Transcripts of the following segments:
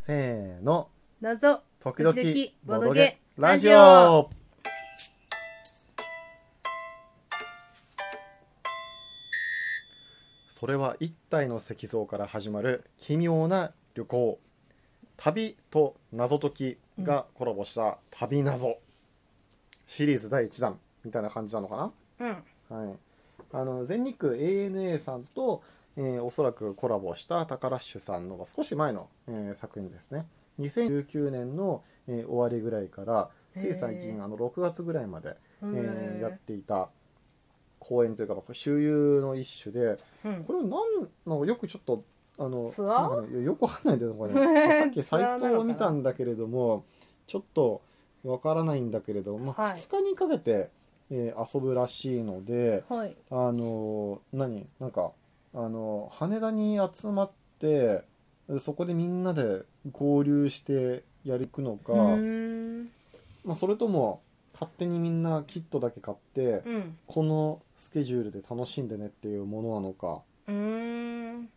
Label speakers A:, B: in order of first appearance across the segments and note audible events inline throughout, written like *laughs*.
A: せーの
B: 謎
A: 時々
B: 時々
A: ボ
B: ボ
A: ド
B: ド
A: ゲ
B: ゲ
A: ラジ
B: ラジ
A: オそれは一体の石像から始まる奇妙な旅行旅と謎解きがコラボした旅謎、シリーズ第1弾みたいな感じなのかな
B: うん
A: はい、あの全日空 ANA さんと、えーおそらくコラボしたタカラッシュさんの少し前の、えー作品ですね2019年の、えー終わりぐらいからつい最
B: へ
A: 近
B: ー
A: あの6月ぐらいまで、えー
B: へー
A: やっていた公演というかまあ周遊の一種で
B: うん
A: これは何のよくちょっとあの
B: ツアー
A: なんかねよくわかんないんだよねこれ
B: *laughs*
A: ねさっき
B: ツアー
A: サイ
B: なの
A: ト
B: かな
A: を見たんだけれどもちょっとわからないんだけれども、まあ
B: はい
A: 2日にかけて、えー遊ぶらしいので
B: はい
A: あのー何なんかあのー羽田に集まってそこでみんなで合流してやりくのか、
B: うーん
A: まあ、それとも勝手にみんなキットだけ買って、
B: うん
A: このスケジュールで楽しんでねっていうものなのか
B: うーん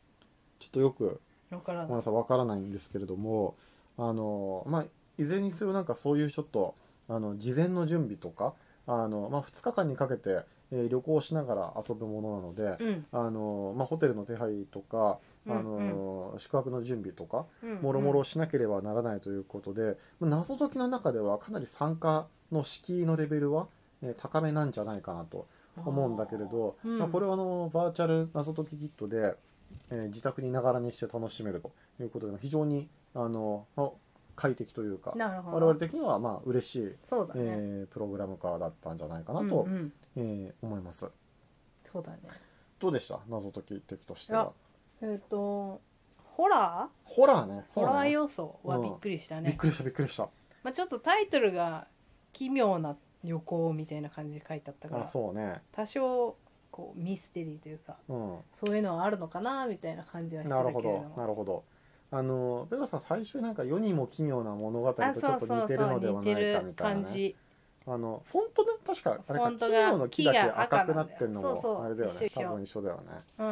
A: ちょっとよく
B: わから
A: ごめん
B: ない
A: なさい、わからないんですけれども、あの、まあ、いずれにせよなんかそういうちょっと、あの、事前の準備とか、あの、まあ、2日間にかけて、えー旅行しながら遊ぶものなので、
B: うん
A: あの、まあ、ホテルの手配とか、あの、宿泊の準備とか、もろもろしなければならないということで、まあ謎解きの中ではかなり参加の敷居のレベルは、えー高めなんじゃないかなと思うんだけれど、
B: うん
A: まあ、これはあのバーチャル謎解きキットで、えー自宅にながらにして楽しめるということで非常にあの、まあ快適というか
B: なるほど
A: 我々的にはまあ嬉しい、
B: そうだね、
A: えープログラム化だったんじゃないかな
B: う
A: と
B: ん、うん
A: えー思います。
B: そうだね
A: どうでした謎解き的としては。
B: えっ、とホラ
A: ホラーね。
B: ー
A: そ
B: ホ
A: うだ
B: ラー
A: ね
B: 要素はびっくりした
A: びっ
B: ね、
A: くりしたびっくりした。
B: まあ、ちょっとタイトルが「奇妙な旅行」みたいな感じで書いてあったか
A: あ
B: ら
A: そうね。
B: 多少こうミステリーというか
A: うん。
B: そういうのはあるのかなみたいな感じはして
A: な
B: たけ
A: る
B: れ
A: ほ
B: ど
A: ど
B: も
A: なるほどあのベロさん最初になんか世にも奇妙な物語とちょっと似てるのではないかみたいな
B: 似てる感
A: ね
B: じ
A: あのフォントね確かあれか
B: フォント
A: 奇
B: が
A: 妙の木だけ
B: 木が赤
A: 赤くな
B: な
A: んっ
B: だよ
A: てるの
B: そうそ
A: も
B: う
A: あれだよ
B: 一緒
A: ね
B: 一緒
A: 多分一緒だよね
B: うん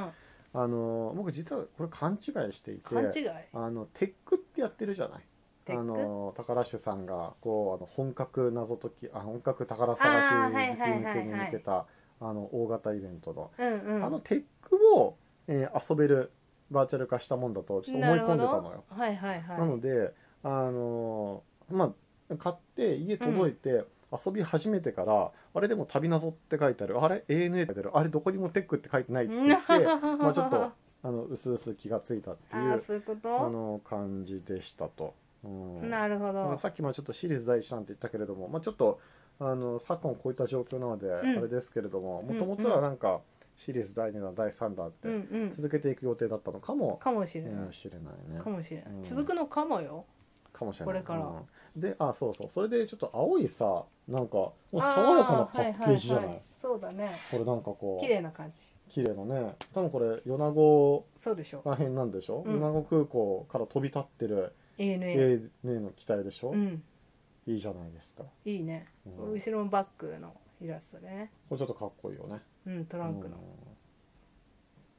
A: あの僕実はこれ勘違いしていて
B: 勘違い
A: あのテックってやってるじゃないあ
B: テック
A: の宝主さんがこうあの本格謎解きあ本格宝
B: あー
A: 探
B: は
A: し
B: い
A: 好き
B: はい
A: 向
B: はい
A: けに向けたあの大型イベントの
B: うんうん
A: あのテックを、えー遊べるバーチャル化したもんだとちょっと思い込んでたのよ。
B: はいはいはい
A: なので、あのーまあ買って家届いて、遊び始めてからあれでも「旅謎」って書いてあるあれ ANA って書いてあるあれどこにもテックって書いてないって言って *laughs* まあちょっ
B: *laughs*
A: とあのうすうす気がついたって
B: あ
A: い
B: ー
A: う
B: そういうこ
A: あ
B: と
A: の感じでしたと。うん
B: なるほ
A: ま
B: ど
A: あさっきもちょっとシリーズ第一弾って言ったけれども、まあ、ちょっとあの昨今こういった状況なので、
B: ん
A: あれですけれども
B: うん
A: もともとはなんかシリーズ第2弾第3弾っ
B: うん
A: て
B: うん
A: 続けていく予定だったのかも
B: かもし
A: え
B: れな
A: ー
B: い
A: しれないね
B: か。もしれない
A: うん
B: 続くのかもよ
A: かもしれ
B: こ
A: ない
B: れから
A: うんであそうそうそれでちょっと青いさなんかもう爽やかなパッケージじゃない
B: あはははそうだね
A: これなんかこ
B: 綺
A: う
B: 麗な感じ
A: 綺麗なね多分これ米子
B: そうでしょ
A: ら辺なんでしょ、
B: うん
A: 米子空港から飛び立ってる
B: ANA
A: ANA の機体でしょ、
B: うん
A: いいじゃないですかこ
B: いいね
A: うん
B: 後ろのバックのイラストでね
A: れちょっとかっこいいよね
B: うんトランクの
A: うん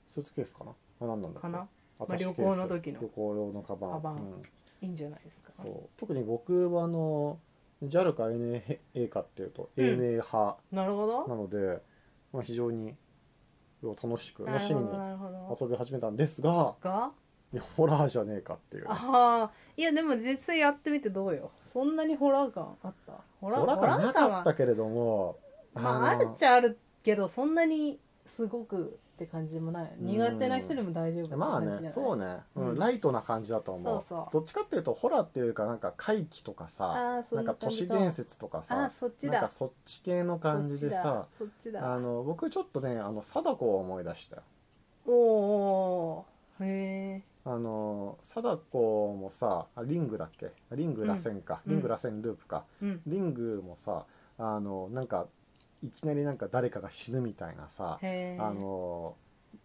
A: スーツケースかなあ何なんだっけ
B: かな
A: アタッシュ
B: まあ
A: ケース
B: 旅行の時の
A: 旅行用のカバン
B: カバン
A: うん
B: いいんじゃないですか
A: そう特に僕はあの JAL か ANA かっていうと、
B: うん
A: ANA 派
B: なるほど
A: なので、まあ、非常に楽しく
B: な
A: 楽
B: る
A: し
B: ほ
A: みに
B: どなるほど
A: 遊び始めたんですが
B: が
A: いやホラーじゃねえかっていうね、
B: ああいやでも実際やってみてどうよそんなにホラー感あったホラ
A: ホラーがなか
B: は
A: ったけれども
B: まああ
A: の
B: るっちゃあるけどそんなにすごくって感じでもない
A: うん
B: 苦手な人でも大丈夫って
A: まあ
B: 感じじゃない
A: ねそうね、うん
B: うん
A: ライトな感じだと思う
B: そうそう
A: どっちかっていうとホラーっていうよりかなんか怪奇とかさ
B: ああそ
A: なんん
B: な
A: か
B: 感
A: 都
B: じ
A: 市
B: か
A: 伝説とか
B: ああ
A: さ
B: そっち
A: なん
B: だ
A: かそっち系の感じでさ
B: そっちだそっちだ
A: あの僕ちょっとねあの貞子を思い出したよ
B: おーおーへえ
A: あの貞子もさあリングだっけリング螺旋か、
B: うん
A: リング螺旋ループか、
B: うん
A: リングもさあのなんかいきなりなんか誰かが死ぬみたいなさ
B: へえ
A: あの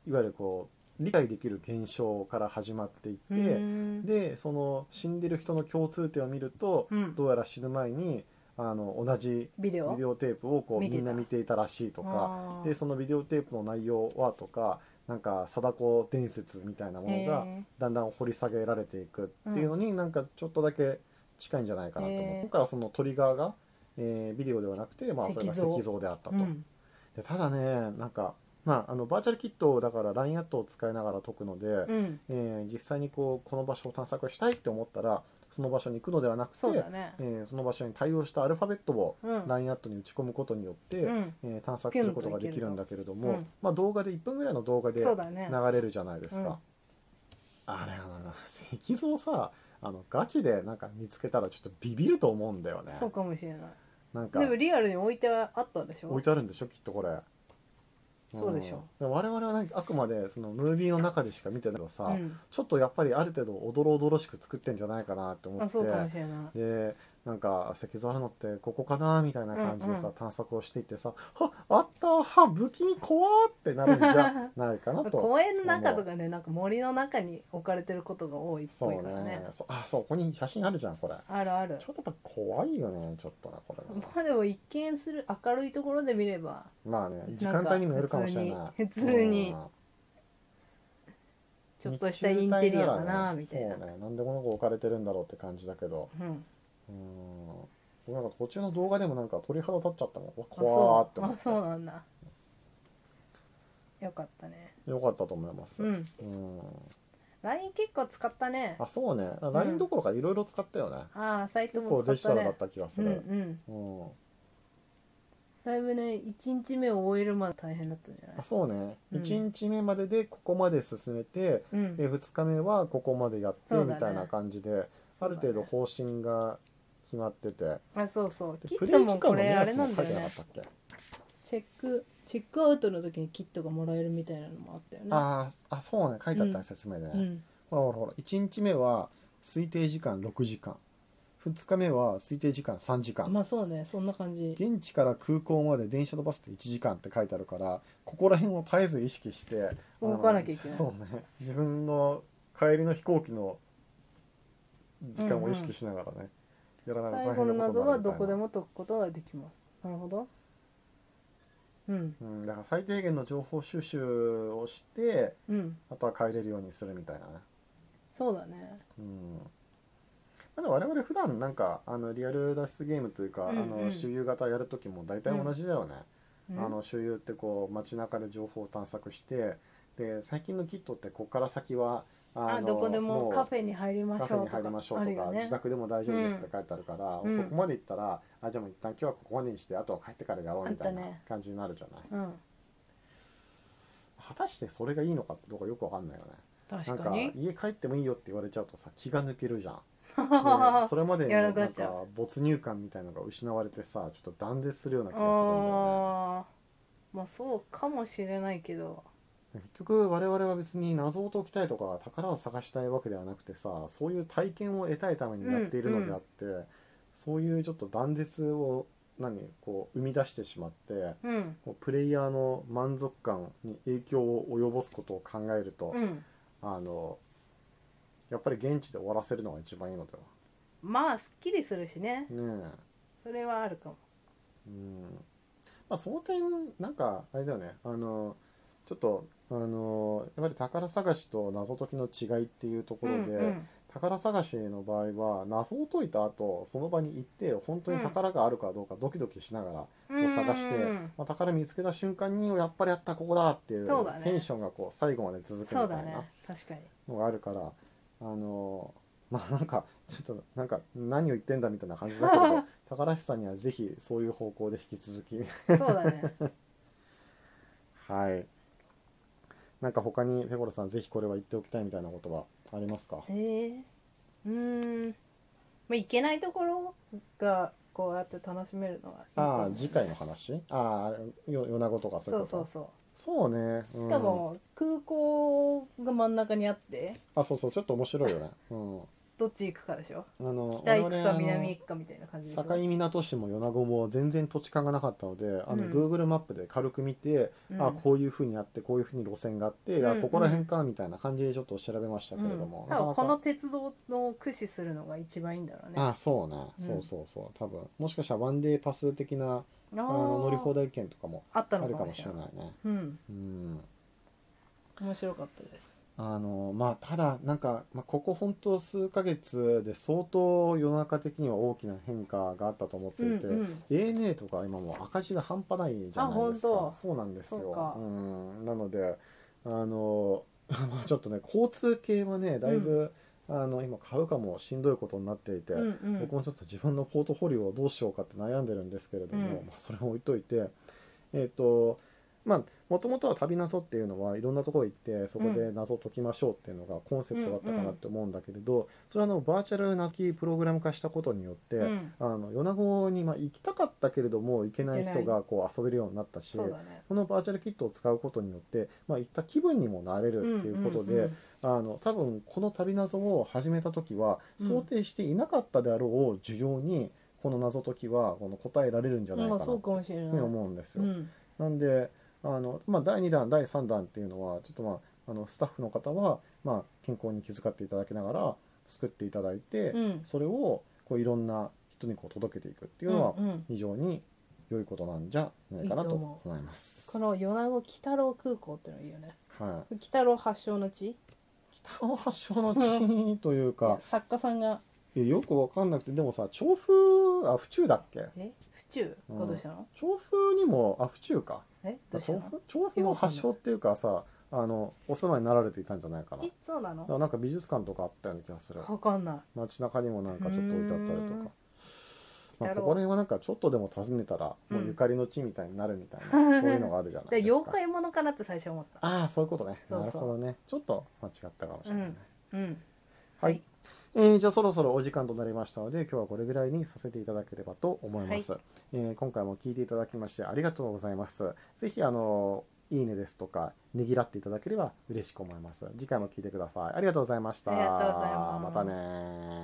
A: いわゆるこう理解できる現象から始まっていって、
B: うん
A: でその死んでる人の共通点を見ると、
B: うん
A: どうやら死ぬ前にあの同じ
B: ビデ
A: ビ
B: オ
A: デオテープをこう
B: 見て
A: み
B: た
A: んな見ていたらしいとか
B: あー
A: でそのビデオテープの内容はとかなんか貞子伝説みたいなものが
B: え
A: だんだん掘り下げられていくっていうのに、なんかちょっとだけ近いんじゃないかなと思う、
B: へー
A: 今回はそのトリガーが、えービデオではなくて、まあ、
B: 石
A: そ
B: 像
A: れが石像であった
B: ー
A: と、
B: うん
A: でただねなんか、まあ、あのバーチャルキットをだから LINE アットを使いながら解くので、
B: うん、
A: えー実際にこうこの場所を探索したいって思ったらその場所に行くのではなくて
B: そうだね
A: え。ーその場所に対応したアルファベットを
B: うん、
A: LINE アットに打ち込むことによって、
B: うん、
A: えー探索することができるんだけれども、
B: ピュンといけると
A: まあ、動画で1分ぐらいの動画で
B: そうだね。
A: 流れるじゃないですか、
B: うん
A: あれあの石像さあのガチでなんか見つけたらちょっとビビると思うんだよね
B: そうかもしれない。
A: なんか
B: でもリアルに置いてあったんでしょ。
A: 置いてあるんでしょきっとこれ
B: そうでしょ、
A: うん我々はなんかあくまでそのムービーの中でしか見てないけどさ、
B: うん、
A: ちょっとやっぱりある程度おどろおどろしく作ってんじゃないかなって思って
B: あ、そうかもしれない。
A: でなんか石像あるのってここかなみたいな感じでさ、
B: うんうん
A: 探索をしていってさ「はあったは武器に怖っ!」ってなるんじゃ
B: *laughs*
A: ないかなと
B: 公園の中とかね、なんか森の中に置かれてることが多いっ
A: そ
B: ぽ
A: う
B: いからね
A: ね。そうあそうここに写真あるじゃんこれち
B: あるある。
A: ょっとやっぱ怖いよねちょっとなこれは
B: まあでも一見する明るいところで見れば
A: まあね時
B: な
A: 間
B: ん
A: 帯にもよるかもしれない
B: 普通に普通に
A: うん
B: ちょっとしたインテリアだなみ
A: 日
B: た
A: 中
B: い
A: 帯
B: な。
A: らねそうねなんでこの子置かれてるんだろうって感じだけど
B: うん、
A: うん僕なんか途中の動画でもなんか鳥肌立っちゃったもんうわ
B: あ
A: 怖ーって
B: そう
A: 思
B: あ
A: って
B: そうなんだよかったね
A: よかったと思います
B: う、ん
A: うん、
B: LINE 結構使ったね
A: あそうね LINE どころかいろいろ使ったよね、
B: ああサイト
A: 結構
B: も
A: デジ
B: 使
A: タ
B: った
A: ルだ
B: ね
A: った気がす
B: うんう
A: る、
B: ん
A: うん
B: だいぶね1日目を終えるまで大変だったんじゃない
A: あそうね、
B: うん
A: 1日目まででここまで進めて、
B: うん
A: で2日目はここまでやって
B: そうだね
A: みたいな感じで、
B: そ
A: あ
B: う
A: る
B: だね
A: 程度方針が決まってて、
B: あそうそう
A: で
B: キ
A: プ
B: ッ
A: レ
B: ト
A: イ時
B: も
A: 間
B: こ
A: の目
B: れあれ
A: 安
B: な
A: に
B: ん
A: 書
B: だ
A: いて
B: よ
A: なかっ
B: ね
A: たっけ、
B: チェックチェックアウトの時にキットがもらえるみたいなのもあったよね
A: あーあそうね書いてあったね、
B: うん
A: 説明で、
B: うん
A: ほらほらほら1日目は推定時間6時間2日目は推定時間3時間、
B: まあそうねそんな感じ
A: 現地から空港まで電車とバスで1時間って書いてあるからここら辺を絶えず意識して
B: 動かなきゃいけない
A: あのそうね自分の帰りの飛行機の時間を意識しながらね、やらない
B: 最後の謎はどこで、も解くことができますなるほどうん
A: うん、だから最低限の情報収集をして
B: うん
A: あとは帰れるようにするみたいなね
B: そうだね
A: うんまあでも我々普段なんかあのリアル脱出ゲームというか、
B: うんうん
A: あの周遊型やる時も大体同じだよね、
B: うん
A: あの周遊ってこう街中で情報を探索してで最近のキットってここから先は
B: あ
A: の
B: どこで
A: も
B: も
A: う
B: カフェに入りま
A: カ
B: し
A: フェ
B: ょ
A: に
B: うと
A: 入りましょう
B: かあ
A: と
B: る
A: か、
B: よね
A: 自宅でも大丈夫ですって書いてあるから、
B: うん
A: そこまで行ったらあじゃあもう一旦今日はここまでにしてあとは帰ってからやろうみたいな
B: あったね
A: 感じになるじゃない、
B: うん
A: 果たしてそれがいいのかってどうかよくわかんないよね
B: 確
A: な
B: か
A: ん
B: に
A: か家帰ってもいいよって言われちゃうとさ気が抜ける
B: *laughs*
A: じゃんでそ
B: あ
A: れまでに
B: や
A: なん
B: らかっちゃ
A: か
B: う
A: 没入感みたいのが失われてさちょっと断絶するような気がするんだよね
B: あーまあそうかもしれないけど
A: 結局我々は別に謎を解きたいとか宝を探したいわけではなくてさそういう体験を得たいためにやっているのであって、そういうちょっと断絶を何こう生み出してしまって
B: うん
A: こうプレイヤーの満足感に影響を及ぼすことを考えると、
B: うん
A: あのやっぱり現地で終わらせるのが一番いいのでは
B: まあすっきりするしね
A: ねえ
B: それはあるかも
A: うんまあ、その点なんかあれだよねあのちょっとあのやっぱり宝探しと謎解きの違いっていうところで、
B: うんうん
A: 宝探しの場合は謎を解いた後その場に行って本当に宝があるかどうかドキドキしながら、
B: うん
A: 探して
B: うんうん
A: まあ、宝見つけた瞬間にやっぱりあったここだっていう
B: そうだね
A: テンションがこう最後まで続くみた
B: そう
A: い
B: だ
A: な
B: ね確かに
A: のがあるから、あのまあなんかちょっとなんか何を言ってんだみたいな感じだけ
B: *laughs*
A: ど宝石さんにはぜひそういう方向で引き続き
B: そうだね
A: *laughs* はい。なんか他にペコロさんぜひこれは言っておきたいみたいなことはありますか
B: へえうーんまあいけないところがこうやって楽しめるのがいいと
A: あ
B: 思
A: あ
B: う
A: 次回の話ああよ米子とかそういう
B: そ
A: こ
B: うそう
A: と
B: そ
A: そうね、う
B: うんしかも空港が真ん中にあって
A: あそうそうちょっと面白いよねうん
B: どっち行くかでしょ
A: あの
B: 北行く
A: 我々
B: か
A: あの
B: 南行くかみたいな感じでしょ
A: 境港市も米子も全然土地勘がなかったのであの、
B: うん
A: Google マップで軽く見て、
B: うん
A: あこういうふうにあってこういうふうに路線があって、あ
B: うんうん
A: ここら辺かみたいな感じでちょっと調べましたけれども、
B: うん
A: なか
B: 多
A: な
B: 分
A: か
B: この鉄道の駆使するのが一番いいんだろうね
A: あそうね、
B: うん
A: そうそうそう多分もしかしたらワンデーパス的な
B: あー
A: あの乗り放題券とかも
B: あった
A: あ
B: の
A: る
B: か
A: か
B: も
A: も
B: し
A: し
B: れ
A: れ
B: ない
A: ないね。
B: うん
A: うん。
B: 面白かったです。
A: あのまあただなんか、まあ、ここ本当数ヶ月で相当世の中的には大きな変化があったと思っていて、
B: うんうん
A: ANA とか今もう赤字が半端ないじゃないです
B: あ
A: か
B: 本当
A: そうなんです
B: そう
A: よ
B: か
A: うんなのであの *laughs* まあちょっとね交通系はねだいぶ、あの今買うかもしんどいことになっていて、
B: うんうん
A: 僕もちょっと自分のポートフォリオをどうしようかって悩んでるんですけれども、
B: うん
A: まあ、それも置いといてえっ、とまあもともとは旅謎っていうのはいろんなところ行ってそこで謎解きましょうっていうのがコンセプトだったかなって思うんだけれど、それはあのバーチャル謎解きプログラム化したことによって、
B: うん
A: あの米子にまあ行きたかったけれども行けない人がこう遊べるようになったし
B: そうだね。
A: このバーチャルキットを使うことによって、まあ、行った気分にもなれるっていうことで、
B: うんうん
A: あの多分この旅謎を始めた時は
B: うん
A: 想定していなかったであろう需要にこの謎解きはこの答えられるんじ
B: う
A: ゃ
B: ん
A: ない
B: ま
A: か
B: あ
A: な
B: そう
A: と
B: かもしれない。
A: 思うんですよ。
B: うん
A: なんであの、まあ、第2弾第3弾っていうのはちょっとまああのスタッフの方は、まあ、健康に気遣っていただきながら作っていただいて、
B: うん
A: それをこういろんな人にこう届けていくっていうのは
B: うんうん
A: 非常に良いことなんじゃないかない
B: い
A: と
B: と思う
A: 思います。
B: この米子北郎空港ってのがいいよね。
A: はい、
B: 北郎発祥の地。
A: 北の発祥の地というか
B: *laughs* 作家さんが
A: えよくわかんなくてでもさ調風あ府中だっけ
B: え府中
A: うん
B: がどうしたの？
A: 調風にもあ府中か
B: えどうし
A: 調
B: たの？
A: 布調布の発祥っていうかさあのお住まいになられていたんじゃないかな
B: えそうな
A: だか
B: の？
A: らなんか美術館とかあったような気がする
B: わかんない。
A: 街中にもなんかちょっと置いてあったりとか
B: うーん
A: まあ、
B: だ
A: こ
B: ろう
A: こら辺はなんかちょっとでも訪ねたらもうゆかりの地みたいになるみたいな、
B: うん
A: そういうのがあるじゃない
B: で
A: ですか
B: *laughs* 妖怪ものかなって最初思った。
A: ああそういうことね
B: そうそう
A: なるほどねちょっと間違ったかもしれないね、
B: うんうん。
A: はい、
B: はい
A: えーじゃあそろそろお時間となりましたので今日はこれぐらいにさせていただければと思います、えー今回も聞いていただきましてありがとうございますぜひあのいいねですとかねぎらっていただければ嬉しく思います次回も聞いてくださいありがとうございました
B: ありがとうございます
A: またね